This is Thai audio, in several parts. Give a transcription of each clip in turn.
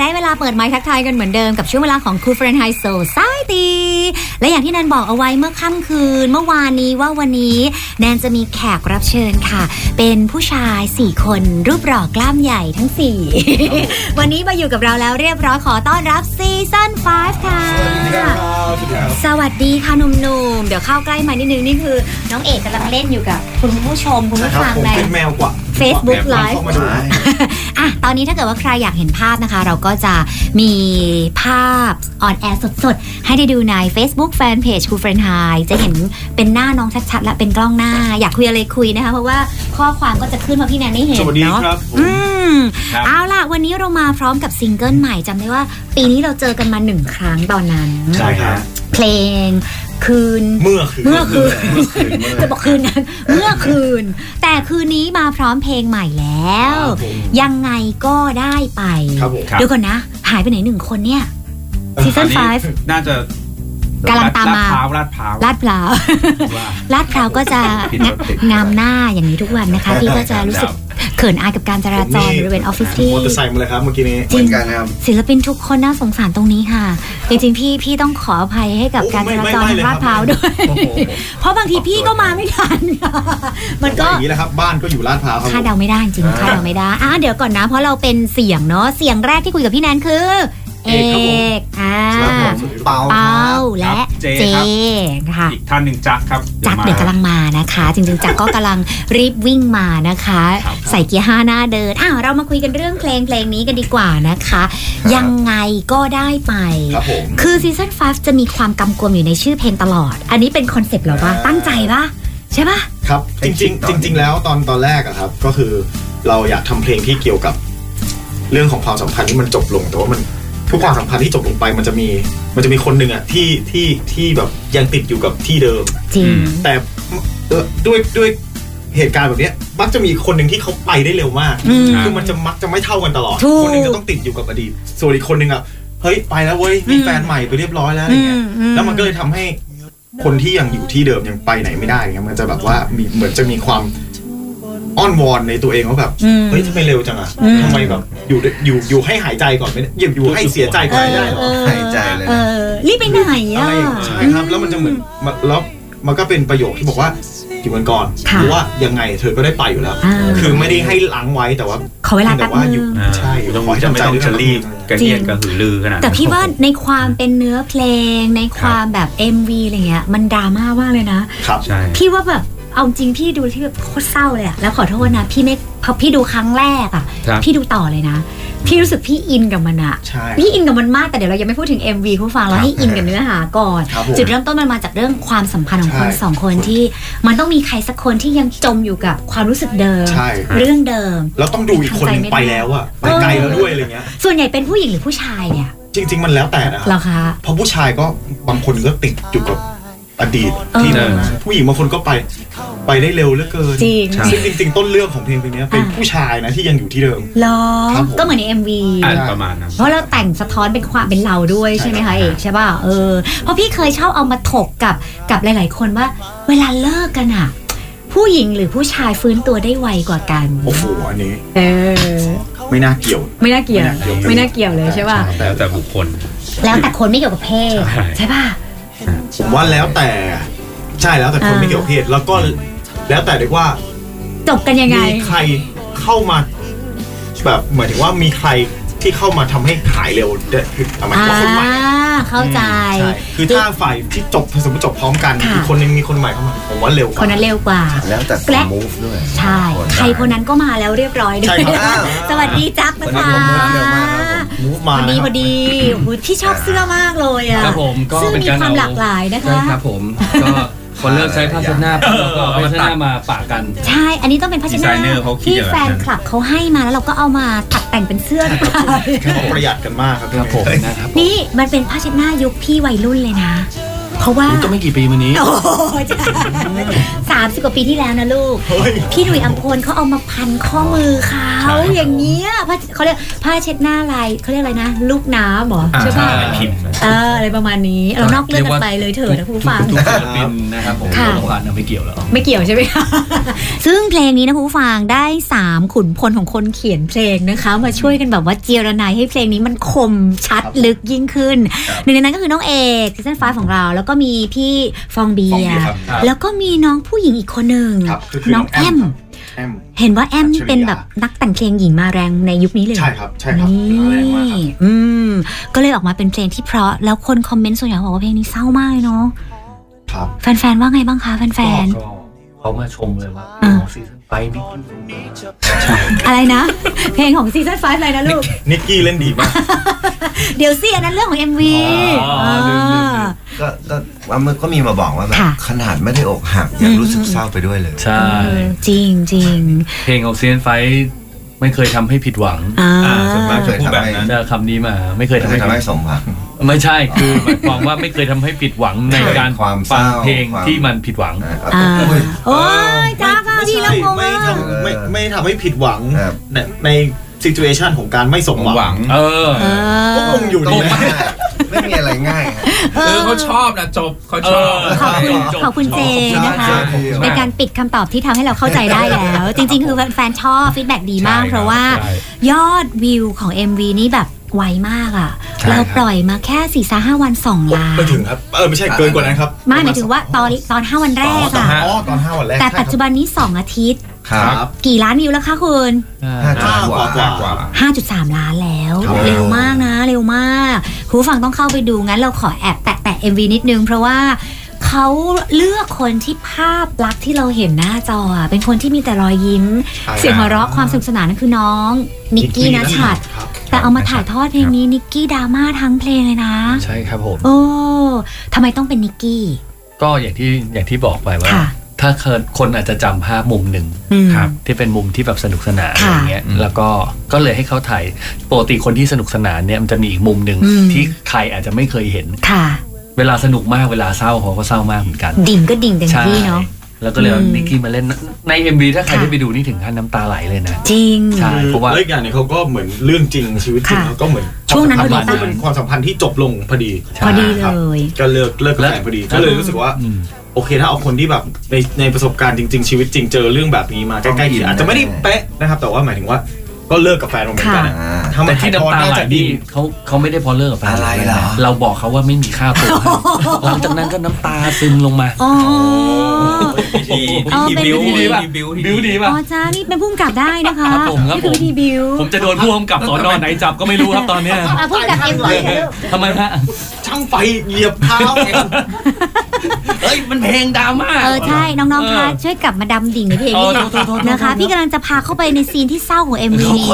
ได้เวลาเปิดไมค์ทักทายกันเหมือนเดิมกับช่วงเวลาของคูเฟรนไฮโซซายตีและอย่างที่แนนบอกเอาไว้เมื่อค่ำคืน เมื่อวานนี้ว่าวันนี้แนนจะมีแขกรับเชิญค่ะ เป็นผู้ชาย 4 คนรูปหล่อกล้ามใหญ่ทั้ง 4 วันนี้มาอยู่กับเราแล้วเรียบร้อยขอต้อนรับซีซั่น5ค่ะ สวัสดีค่ะหนุ่มๆ เดี๋ยวเข้าใกล้มานิดนึงนี่คือ น้องเอกกำลังเล่นอยู่กับคุณผู้ชมคุณผู้ฟังใน เป็นแมวกว่า Facebook แมวกว่า Live เข้ามาดู อ่ะ ตอนนี้ถ้าเกิดว่าใครอยากเห็นภาพนะคะ เราก็จะมีภาพออนแอร์สดๆ ให้ได้ดูใน Facebook Fanpage ครูเฟรนไฮจะเห็นเป็นหน้าน้องชัดๆ และเป็นกล้องหน้า อยากคุยอะไรคุยนะคะ เพราะว่าข้อความก็จะขึ้นมาพี่แนนไม่เห็น สวัสดี เนาะ ครับผม อืม ครับ เอาล่ะ วันนี้เรามาพร้อมกับซิงเกิลใหม่จำได้ว่า ปีนี้เราเจอกันมาหนึ่งครั้งตอนนั้น ใช่ครับ เพลงคืน เมื่อคืน เมื่อคืน เมื่อคืนเมื่อ จะบอกคืนนั้น เมื่อคืน แต่คืนนี้มาพร้อมเพลงใหม่แล้ว ยังไงก็ได้ไป ครับผม เดี๋ยวก่อนนะ หายไปไหนหนึ่งคนเนี่ย ซีซั่น น่าจะ กำลังตามมา ลาดพร้าว ลา ลาดพร้าว ดพร้าว ว่า ลาดพร้าวก็ จะ ผิดรถติด งามหน้าอย่างนี้ทุกวันนะคะพี่ก็จะรู้สึกเขินอายกับการจราจรบริเวณออฟฟิศที่ มอเตอร์ไซค์มาเลยครับเมื่อกี้นี้ จริง กันครับ ศิลปินทุกคนน่าสงสารตรงนี้ค่ะ จริงๆ พี่พี่ต้องขออภัยให้กับ โอ้ การ ไม่ จรา ไม่ จรทาไม่ง เลย ลาด คพรับร้าวด้วย เพราะบางทีพี่ก็มาไม่ทันค่ะมันก็ อย่างนี้แหละครับ บ้านก็อยู่ลาดพร้าวครับ คาดเดาไม่ได้จริงๆคาดเดาไม่ได้อ่ะเดี๋ยวก่อนนะ เพราะเราเป็นเสียงเนาะ เสียงแรกที่คุยกับพี่แนนคือ เอกอ่า ครับผม เปา เปา ครั และ บเจ เจ ครับ ค่ะ อีกท่านหนึ่งจักรครับ จักรเดี๋ยว มา กำลังมานะคะ จริงๆ จักรก็กำลังรีบวิ่งมานะคะ ครับ ใส่เกียร์ห้าหน้าเดินอ้าวเรามาคุยกันเรื่องเพลงเพลงนี้กันดีกว่านะคะ ยังไงก็ได้ไป ครับผม คือซีซั่น5จะมีความกำกวมอยู่ในชื่อเพลงตลอด อันนี้เป็นคอนเซปต์เหรอปะตั้งใจปะใช่ปะ ครับ จริงๆจริง ๆ แล้วตอนตอนแรกอะครับ ก็คือเราอยากทำเพลงที่เกี่ยวกับ เรื่องของความสัมพันธ์ที่มันจบลง แต่ว่ามันทุกความสัมพันธ์ที่จบลงไปมันจะมี มันจะมีคนหนึ่งอะที่ที่ที่แบบยังติดอยู่กับที่เดิม จริง อืม แต่เอ่อด้วยด้วยเหตุการณ์แบบเนี้ยมักจะมีคนหนึ่งที่เขาไปได้เร็วมาก อืม คือมันจะมักจะไม่เท่ากันตลอด ถูก คนหนึงจะต้องติดอยู่กับอดีต ส่วนอีกคนหนึ่งอ่ะ เฮ้ย ไปแล้วเว้ย มีแฟนใหม่ไปเรียบร้อยแล้วอะไรเงี้ย อืมอืม แล้วมันก็เลยทำให้คนที่ยังอยู่ที่เดิมยังไปไหนไม่ได้เงี้ย มันจะแบบว่ามีเหมือนจะมีความอ้อนวอนในตัวเองว่าแบบ อืม เฮ้ยทำไมเร็วจังอ่ะ อืม ทำไมแบบอยู่ด้วยอยู่อยู่ให้หายใจก่อนไม่ได้อยู่อยู่ให้เสียใจ เอ ก่อนไม่ อ ได้เหรอ เออ หายใจเลย เออนะรีบไปไหน อะ อ่ะ ไรอย่างเงี้ยใช่ครับแล้วมันจะเหมือนมันแล้วมันก็เป็นประโยคที่บอกว่าอยู่กันก่อน ค่ะ หรือว่ายังไงเธอก็ได้ไปอยู่แล้ว อ่า คือไม่ได้ให้ล้างไว้แต่ว่า ขอเวลาแป๊บ ต่ว่าอยู่ นึง อ่า ใช่ ต้อง ขอให้ จะ ทำ ไม่ ใจ ต้อง ด้วย จะรีบกระเรียจนริง กระหือรือขนาด แต่พี่ ว่า นั้น ในความเป็นเนื้อเพลงในความแบบ MV อะไรเงี้ย มันดราม่ามากเลยนะ ครับ ใช่ พี่ว่าแบบเอาจริงพี่ดูที่แบบโคตรเศร้าเลยอะแล้วขอโทษนะ พี่ไม่พอพี่ดูครั้งแรกอะ ครับ พี่ดูต่อเลยนะ พี่รู้สึกพี่อินกับมันอะ ใช่ พี่อินกับมันมากแต่เดี๋ยวเรายังไม่พูดถึง MV ผู้ฟังเราให้อินกับเนื้อหาก่อน ครับผม จุดเริ่มต้นมันมาจากเรื่องความสัมพันธ์ของคน ใช่ สองคนที่ มันต้องมีใครสักคนที่ยังจมอยู่กับความรู้สึกเดิม ใช่ เรื่องเดิม แล้วต้องดูอีกคนหนึ่งไปแล้วอะไปไกลแล้วด้วยอะไรเงี้ย ส่วนใหญ่เป็นผู้หญิงหรือผู้ชายเนี่ย จริง ๆ มันแล้วแต่นะค เหร รับ อคะ เพราะผู้ชายก็บางคนก็ติดอยู่กับอดีตที่ เออ ผู้หญิงบางคนก็ไปไปได้เร็วเหลือเกิน จริง ใช่ ซึ่งจริง ๆ ต้นเรื่องของเพลงเพลงเนี้ยเป็นผู้ชายนะที่ยังอยู่ที่เดิม เหรอ ครับผม ก็เหมือนใน MV อ่าประมาณนั้น เพราะเราแต่งสะท้อนเป็นความเป็นเราด้วย ใช่ ใช่ไหมคะเอกใช่ป่ะเออเพราะพี่เคยชอบเอามาถกกับกับหลาย ๆ คนว่า เวลาเลิกกันอะผู้หญิงหรือผู้ชายฟื้นตัวได้ไวกว่ากัน โอ้โหอันนี้ เออ ไม่น่าเกี่ยว ไม่น่าเกี่ยว ไม่ ไม่น่า น่าเกี่ เกี่ย ยว ว เลยใช่ป่ะ แล้วแต่บุคคล แล้วแต่คนไม่เกี่ยวกับเพศ ใช่ ใช่ป่ะ ผมว่าแล้วแต่ใช่แล้วแต่คน อ่า ไม่เกี่ยวเพศแล้วก็แล้วแต่ด้วยว่า จบกันยังไง มีใครเข้ามาแบบหมายถึงว่ามีใครที่เข้ามาทำให้ขายเร็วได้คือหมายถึงว่าคนใหม่ อ่าเข้าใจ ใช่คือถ้าฝ่ายที่จบสมมติจบพร้อมกัน ค่ะ อีกคนนึงมีคนใหม่เข้ามาผมว่าเร็วก คน ว่า นั้นเร็วกว่า แล้วแต่ และ มูฟด้วย ใช่ ใครคนนั้นก็มาแล้วเรียบร้อยด้ว ใช่ ย ครับอ้าว สวัสดีจักร คน นะ นี้ ค ผมมูฟเร็วมากครับ ะ ผม มูฟมา พอดี นะพครั อบ ดีโอ้โหพี่ชอบเสื้อมากเลยอ่ะ ครับผมก็ ซึ่ง เป็น มี การ ความ เอ หลากหลายนะคะ ใช่ครับผม ก็คนเลิกใช้ผ้าเช็ดหน้าปุ๊บแล้วก็เอาผ้าเช็ดหน้ามาปะกัน ใช่ อันนี้ต้องเป็นภาช ดี นะ ไซเนอร์เขาคิด ที่ อย่างนั้น แฟนคลับเขาให้มาแล้วเราก็เอามาตัดแต่งเป็นเสื้อดีกว่า เขาประหยัดกันมากครับ ครับผม เฮ้ย นะครับ นี่มันเป็นผ้าเช็ดหน้ายุคพี่วัยรุ่นเลยนะ เพราะว่า ก็ไม่กี่ปีมานี้ โอ้โหจ้ะสามสิบกว่าปีที่แล้วนะลูก เฮ้ย พี่หนุ่ยอัมพลเขาเอามาพันข้อมือเขาอย่างเงี้ยผ้าเขาเรียกผ้าเช็ดหน้าลายเขาเรียกอะไรนะ ลูกน้ำเหรอใช่ปะ ใช่ พิมพ์นะ เอออะไรประมาณนี้ เรานอกเรื่องกันไปเลยเถอะนะคุณผู้ฟัง ทุกศิลปินนะครับผม ค่ะ โรงพยาบาลน่ะไม่เกี่ยวแล้ว ไม่เกี่ยวใช่ไหมคะ ซึ่งเพลงนี้นะคุณผู้ฟังได้ 3 ขุนพลของคนเขียนเพลงนะคะ มาช่วยกันแบบว่าเจียรนายให้เพลงนี้มันคมชัดลึกยิ่งขึ้น ครับ หนึ่งในนั้นก็คือน้องเอกซีซั่นฟ้าของเรา แล้วก็มีพี่ฟองเบี ฟอง ย เบียร์ ร์ ครับ ครับ แล้วก็มีน้องผู้หญิงอีกคนหนึ่ง ครับก็คือ น้ น้ อ อง ง แอ แอ ม มครับแอม เห็นว่าแอมนี่เป็นแบบ อัจฉริยะ นักแต่งเพลงหญิงมาแรงในยุคนี้เลย ใช่ครับ ใช่ครับ นี่ แรงมากครับ อืม ก็เลยออกมาเป็นเพลงที่เพราะ แล้วคนคอมเมนต์ส่วนใหญ่บอกว่าเพลงนี้เศร้ามากเลยเนาะ ครับ แฟนๆว่าไงบ้างคะแฟน ก็เขามาชมเลยว่า อ่า ของซีซั่นไฟนี่ ๆ อะไรนะ เพลงของซีซั่น5อะไรนะลูก นิกกี้เล่นดีมาก เดี๋ยวสิอันนั้นเรื่องของ MV อ๋อลืมลืมลืม ก็ก็ว่ามันก็มีมาบอกว่าแบบ ค่ะ ขนาดไม่ได้อกหักยังรู้สึกเศร้าไปด้วยเลย ใช่ เออจริงจริง เพลงของเซียนไฟไม่เคยทำให้ผิดหวัง อ่า อ่าส่วนมากจะพูดแบบนั้น จะคำนี้มาไม่เคยทำ ไม่ ให้ ทำให้ ผิด สมหวัง ไม่ใช่คือหมายความว่าไม่เคยทำให้ผิดหวังในการ ความเศ ฟั ร้าง เพลง ความ ที่มันผิดหวัง อ่า อ่า โอ้ย โอ้ยจ้าค่ะพี่ละงง ไม่ อ่ะ ทำไม่ไม่ทำให้ผิดหวัง ครับ ในในซิจูเอชันของการไม่สมห ห วั วั ง ง เออ เออ ก็คงอยู่ ตร ดี ง นะ มากไม่มีอะไรง่ายฮะ เอ เออ อ เขาชอบนะจบเขาชอบ เออ ขอบคุณขอบคุณเจนะคะ เป็นการปิดคำตอบที่ทำให้เราเข้าใจได้แล้ว จริง ๆ คือแฟนๆชอบฟีดแบ็ดีมาก ใช่ครับ เพราะว่า ใช่ ยอดวิวของ MV นี่แบบไวมากอ่ะ ใช่ครับ เราปล่อยมาแค่สี่สาห้าวันสองล้าน ไม่ถึงครับ เออ ไม่ใช่เกินกว่านั้นครับ ไม่หมายถึงว่าตอนตอนห้าวันแรกอ่ะ อ๋อตอนห้าวันแรก แต่ ใช่ ปัจจุบันนี้สองอาทิตย์ ครับ กี่ล้านวิวแล้วคะคุณ ห้า ห้า จุดก ก ว่า ว่า 5.3 ล้านแล้ว ครับ เร็วมากนะ เร็วมากคุณผู้ฟังต้องเข้าไปดูงั้นเราขอแอบแตะแตะ MV นิดนึง เพราะว่าเขาเลือกคนที่ภาพลักษณ์ที่เราเห็นหน้าจออะเป็นคนที่มีแต่รอยยิ้ม ใช่ครับ เสียงหัวเราะความสนุกสนานนั่นคือน้อง นิกกี้นะฉัด ครับ แต่เอามาถ่ายทอดเพลงนี้นิกกี้ดราม่าทั้งเพลงเลยนะ ใช่ครับผม โอ้ทำไมต้องเป็นนิกกี้ ก็อย่างที่อย่างที่บอกไปว่า ค่ะ ถ้าเคนคนอาจจะจำภาพมุมหนึ่ง อืม ที่เป็นมุมที่แบบสนุกสนานอะ ค่ะ ไรเงี้ยแล้วก็ก็เลยให้เขาถ่ายปกติคนที่สนุกสนานเนี่ยมันจะมีอีกมุมหนึ่ง อืม ที่ใครอาจจะไม่เคยเห็น ค่ะ เวลาสนุกมากเวลาเศร้าเขาก็เศร้ามากเหมือนกัน ดิ่งก็ดิ่งเต็ม ใช่ ที่เนาะ แล้วก็เลยเอา อืม นิกกี้มาเล่นใน MV ถ้าใคร ค่ะ ได้ไปดูนี่ถึงขั้นน้ำตาไหลเลยนะ จริง ใช่ คือ เพราะว่า แล้วอีกอย่างเนี่ยเขาก็เหมือนเรื่องจริงชีวิตจริง ค่ะ เขาก็เหมือน ช่วงนั้น ความสัม พอดีปะพันธ์ก็เป็นความสัมพันธ์ที่จบลงพอดี พอดี ค เล รับ ย ก็เลิกเลิกกัน แล้ว พอดี ก็เลยรู้สึกว่า อืม โอเคถ้าเอาคนที่แบบในในประสบการณ์จริง ๆ ชีวิตจริงเจอเรื่องแบบนี้มาใกล้ๆเคียงอาจจะไม่ได้เป๊ะนะครับ แต่ว่าหมายถึงว่าก็เลิกกับแฟนมาเหมือนกันอะ อ่า ถ้ามั แต่ นถ่า ที่ ยทอด น้ำตา น่า ไหล จะดี นี่เขาเขาไม่ได้เพอเลิกกับแฟน อะไรเหรอ เราบอกเขาว่าไม่มีค่า ตัวให้หลังจากนั้นก็น้ำตาซึมลงมา อ๋อ ดี อ๋อ ดี เป็น บิว วิธี ดี ปะ บิว บิวดี อ๋ ป่ะ อจ้านี่เป็นผู้กำกับได้นะคะ ครับผมครับ นี่คือ ผม วิธีบิว ผมจะโดนผู้กำกับสอนอไหนจับก็ไม่รู้ครับตอนเนี้ย อ่ะผู้กำกับเอ็มวีนะลูก ทำไมฮะ ช่างไฟเหยียบเท้า เอ้ยมันเพลงดราม่า เออใช่น้องๆคะช่วยกลับมาดำดิ่งในเพลงนี้ เออโทษโทษโทษ นะคะ พี่กำลังจะพาเข้าไปในซีนที่เศร้าของ MV นี้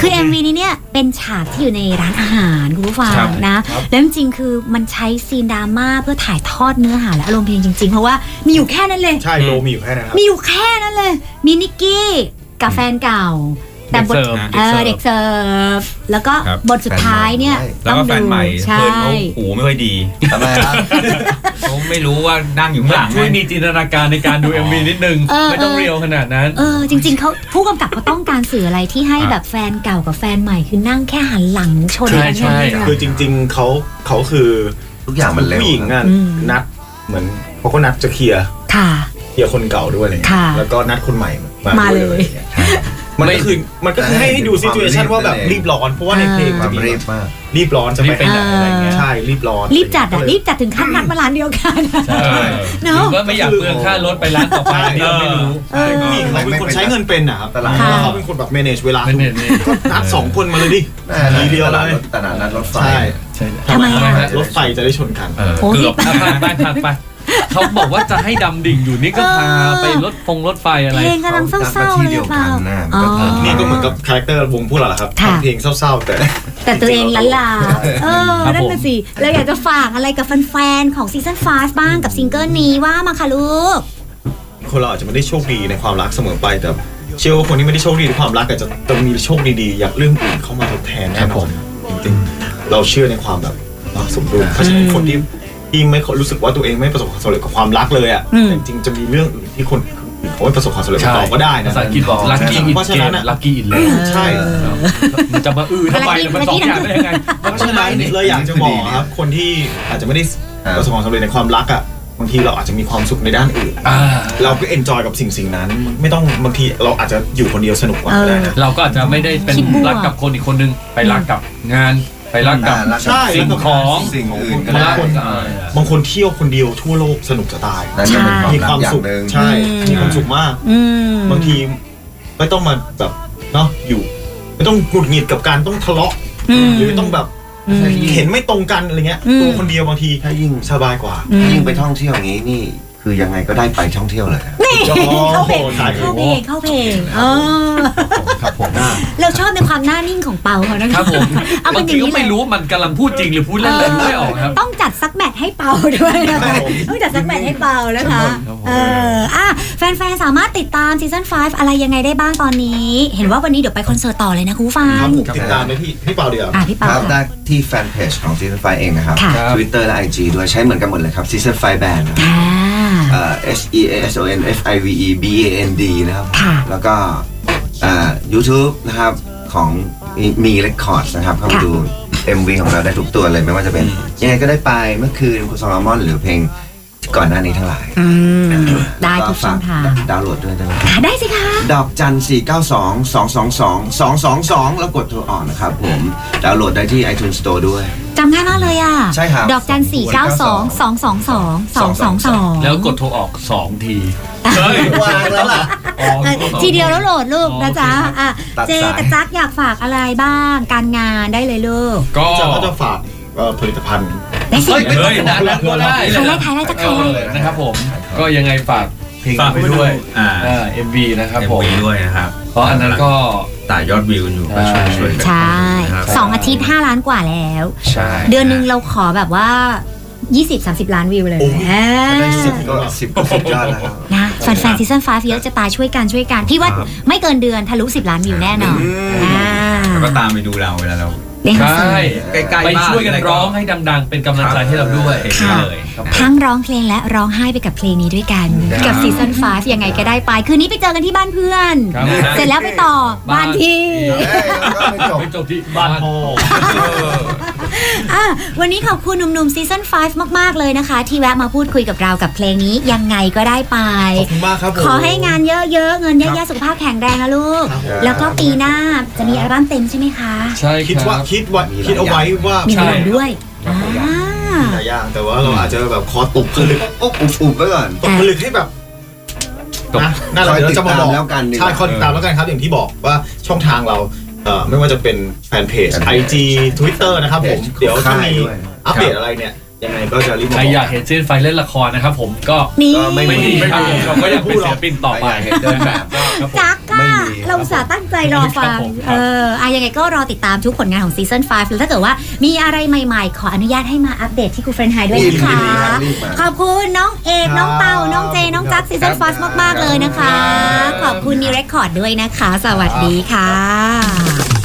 คือ MV นี้เนี่ยเป็นฉากที่อยู่ในร้านอาหารคุณผู้ฟัง ครับ นะ แล้วจริงๆคือมันใช้ซีนดราม่าเพื่อถ่ายทอดเนื้อหาและอารมณ์เพลงจริงๆ เพราะว่ามีอยู่แค่นั้นเลย ใช่โลมีอยู่แค่นั้นครับ มีอยู่แค่นั้นเลย มีนิกกี้กับแฟนเก่า แต่บท เด็กเสิร์ฟ เออเด็กเสิร์ฟแล้วก็ ครับ บทสุดท้ายเนี่ย แล้วก็แฟนใหม่ ใช่ เพื่อนเขาหูไม่ค่อยดี ทำไมล่ะ เขาไม่รู้ว่านั่งอยู่ข้างหลัง ช่วย ไง มีจินตนาการในการดู MV นิดนึง เออ ไม่ต้องเรียวขนาดนั้น เออจริง ๆเขาผู้กำกับเขาต้องการสื่ออะไรที่ให้ ครับ แบบแฟนเก่ากับแฟนใหม่คือนั่งแค่หันหลังชน ใช่ กัน ใช่ แค่นั้นเอง คือ อะ จริง ๆเขาเขาคือ ทุกอย่างมันเร็ว ผู้หญิงอ่ะ อืม นัดเหมือนเพราะเขานัดจะเคลียร์ ค่ะ เคลียร์คนเก่าด้วยอะไรเงี้ย ค่ะ แล้วก็นัดคนใหม่ มา มา เล เลย ยอะไรเงี้ยมันก็คือมันก็คือให้ให้ดูซิจูเอชันว่าแบบรีบร้อนเพราะว่าในเพลง ค มั วาน ม จะมี รีบมาก รีบร้อนจะ รีบ ไป ไปไหนอะไรเงี้ย ใช่รีบร้อน รีบจัดอะรีบจัดถึงขั้นนัดมาร้านเดียวกันอะ ใช่ เนอะ หรือว่าไม่อยากเปลืองค่ารถไปร้านต่อไปเดียวไม่รู้ เออ ผู้หญิงเขาเป็นคนใช้เงินเป็นนะครับ ตลาด แล้วเขาเป็นคนแบบ manage เวลา ไม่เน็ตนี่ ก็นัดสองคนมาเลยดิทีเดียว ตลาด เลย รถตลาดนัดรถไฟ ใช่ ใช่ ทำไมอะ รถไฟจะได้ชนกัน เออ โอ้ย เกือบ อ่ะไปไปไปไปเขาบอกว่าจะให้ดำดิ่งอยู่นี่ก็พาไปรถฟงรถไฟอะไร เพลงกำลังเศร้าๆเลยหรือเปล่า เขานัดมาอ๋อที่เดียวกันน่ะมันก็เออ นี่ก็เหมือนกับคาแรคเตอร์วงพวกเราแหละครับ ค่ะ ทำเพลงเศร้าๆแต่ แต่ตัวเองละลาเออ ครับผม นั่นน่ะสิเราอยากจะฝากอะไรกับแฟนๆของซีซั่น5บ้างกับซิงเกิลนี้ว่ามาค่ะลูก คนเราอาจจะไม่ได้โชคดีในความรักเสมอไปแต่เชื่อว่าคนที่ไม่ได้โชคดีในความรักอาจจะต้องมีโชคดีๆ อย่างเรื่องอื่นเข้ามาทดแทนแน่นอนจริงๆเราเชื่อในความแบบอ่ะสมดุลเพราะฉะนั้นคนที่ที่ไม่รู้สึกว่าตัวเองไม่ประสบความสำเร็จกับความรักเลยอ่ะ อืม แต่จริงๆจะมีเรื่องอื่นที่คน โอ้ยประสบความสำเร็จต่อก็ได้นะ ภาษาอังกฤษบอก lucky in เพราะฉะ g นั้ a น t อะ lucky in เลย ใช่ มันจะมาอื้อทำไมเนี่ยมันสองอย่างได้ยังไง เพราะฉะนั้นเลยอยากจะบอกครับ คนที่อาจจะไม่ได้ประสบความสำเร็จในความรักอ่ะบางทีเราอาจจะมีความสุขในด้านอื่น อ่า เราก็เอนจอยกับสิ่งสิ่งนั้น ไม่ต้องบางทีเราอาจจะอยู่คนเดียวสนุกกว่าก็ได้นะ เราก็อาจจะไม่ได้เป็น คิดมั่ว รักกับคนอีกคนนึงไปรักกับงานไปรักกับ อ่ารัก ใช่ สิ่งของ สิ่งอื่นก็ บา ได้ งคน บางคนเที่ยวคนเดียวทั่วโลกสนุกจะตาย นั่นก็เป็น มีคคาวาวม ม รักอย่าง สุข หนึ่ง ใช่มีความสุขมาก อืม บางทีไม่ต้องมาแบบเนาะอยู่ ไม่ต้องหงุดหงิดกับการต้องทะเลาะ อืม หรือต้องแบบ อืม เห็นไม่ตรงกันอะไรเงี้ย อืม ตัวคนเดียวบางที ถ้ายิ่ง สบายกว่า อืม ยิ่งไปท่องเที่ยวอย่างนี้นี่ คือยังไงก็ได้ไปท่องเที่ยวเลยอะ โอ้ เข้าเพ โห ลง ขาย เข้าเพลงเข้าเพลงเออ ครับผมหน้า เราชอบในความหน้านิ่งของเปาเขานะคะ ครับผม เอาเป็ บานองที ย่าง ก็ นี้เล ไม่ ย รู้มันกำลังพูดจริงหรือพูดเล่นอะไรรู้ไม่ออกครับ ต้องจัดซักแมทให้เปาด้วยนะคะต้องจัดซักแมทให้เปานะคะเอออ่ะแฟนๆ สามารถติดตามซีซั่น5อะไรยังไงได้บ้างตอนนี้ เห็นว่าวันนี้เดี๋ยวไปคอนเสิร์ตต่อเลยนะคุณผู้ฟั ครั ง บผมติดตามได้ที่พี่เปาเดียว อ่ะพี่ ค เปา รับ ค่ะ ได้ที่แฟนเพจของ Season 5 เองนะครับ ค่ะ ครับ Twitter และ IG ด้วยใช้เหมือนกันหมดเลยครับ Season 5 Band นะครับ อ่า เอ่อ H E A S O N F I V E B A N D นะครับ ค่ะ แล้วก็เอ่อ YouTube นะครับของมีเรคคอร์ดนะครับเข้ามาดู MV ของเราได้ทุกตัวเลยไม่ว่าจะเป็น ยังไงก็ได้ไปเมื่อคืนคุณซอลมอนหรือเพลงก่อนหน้านี้ทั้งหลาย อืมได้ทุกช่องทาง ฝกดาวน์โหลดด้วยได้ไหมครับ อ่ะได้สิคะ ดอกจัน 492 222 222 แล้วกดโทรออกนะครับผม ดาวน์โหลดได้ที่ iTunes Store ด้วย จำง่ายมากเลยอ่ะ ใช่ครับ ดอกจัน4 9 2 2 2 2 2 2 แล้วกดโทรออกสองที วางแล้วล่ะ อ๋อ ทีเดียวแล้วโหลดลูกนะจ๊ะอ่ะ ตัด เจ สาย กับจักอยากฝากอะไรบ้าง การงานได้เลยลูก ก็ จะก็จะฝากเอ่อผลิตภัณฑ์ ได้สิ เฮ้ยไม่ต้องขนาดนั้นก็ได้ ขายได้ขายได้จะ เอ ขาย อนะครับผมก็ยังไงฝากเพลงนี้ไปด้วย อ่า อ่า MV นะครับผม เอ็มวีด้วยนะครับ เพราะอันนั้นก็ ต่ายอดวิวกันอยู่ก็ช่วยช่วยๆกัน ใช่ นะครับ สองอาทิตย์ 5 ล้านกว่าแล้ว ใช่ เดือนหนึงเราขอแบบว่า 20-30 ล้านวิวเลย โอ้ย เออ ได้สิบก็สิบก็สุดยอดแล้วครับ นะแฟนๆซีซั่น5เยอะจะตายช่วยกันช่วยกัน พี่ว่า ครับ ไม่เกินเดือนทะลุ 10 ล้านวิวแน่นอนอ่า แล้วก็ตามไปดูเราเวลาเรา เล่นคอน ใช่ เสิร์ต ใกล้ๆ ไป บ้า ช่วยกันร้องให้ดัง ๆ เป็นกำลังใจให้เราด้วย เพลงนี้เลย ทั้งร้องเพลงและร้องไห้ไปกับเพลงนี้ด้วยกัน ครับ กับซีซั่น5ยังไงก็ได้ไป คืนนี้ไปเจอกันที่บ้านเพื่อน ครับ เสร็จแล้วไปต่อบ้านที่ เอ้ยแล้วก็ไม่จบ ไม่จบที่บ้าน พ่อ อ่ะวันนี้ขอบคุณหนุ่มๆซีซั่น5มาก ๆ เลยนะคะ ที่แวะมาพูดคุยกับเรากับเพลงนี้ยังไงก็ได้ไป ขอบคุณมากครับผม ขอให้งานเยอะๆ เงินเยอะๆสุขภาพแข็งแรงนะลูก ครับผม แล้วก็ปีหน้าจะมีอัลบั้มเต็มใช่ไหมคะ ใช่ คิด ค ว่า รับ คิดไว่า มีหลาย คิดเอาไว้ว่า มี ใช่ หลายด้วย ครับผม อ่า หลายอย่างแต่ว่าเราอาจจะแบบขอตกผลึก อุ๊บอุ๊บอุ๊บไว้ก่อน ตกผลึกให้แบบ ตก นะนั่นแหละ คอย เดี๋ยวเราจะมาบอก ติดตามแล้วกันดีกว่า ใช่คอยติดตามแล้วกันครับอย่างที่บอกว่าช่องทางเราเอ่อไม่ว่าจะเป็นแฟนเพจ แฟนเพจ IG Twitter นะครับผม เพจ เดี๋ยวถ้ามี ค่ายด้วย อัปเดตอะไรเนี่ย ยังไงก็จะรีบมาบใคร อก อยากเห็นเจนไฟเล่นละครนะครับผมก็ นี่ ก็ไม่ ไม่มีครับ ไม่มี เราก็ยังเป็นศิลปินต่อไป ใครยากเห็นเดินแบบก็ ครับผม จัก ไม่ ค่ะ มีครับ เราอุตส่าห์ตั้งใจรอฟั ครั ง บผมครับ เอออะยังไงก็รอติดตามทุกผลงานของซีซั่น5แล้วถ้าเกิดว่ามีอะไรใหม่ๆ ขออนุญาตให้มาอัปเดตที่คุณเฟรนไฮด้วย รีบ นะ รี คะ บครับรีบมา ขอบคุณน้องเอก ครัน้อบงเปา น้องเจ น้องจักซีซันฟอสมาก ๆ เลยนะคะ ครับ ขอบคุณนีเรคคอร์ดด้วยนะคะ สวัสดีค่ะ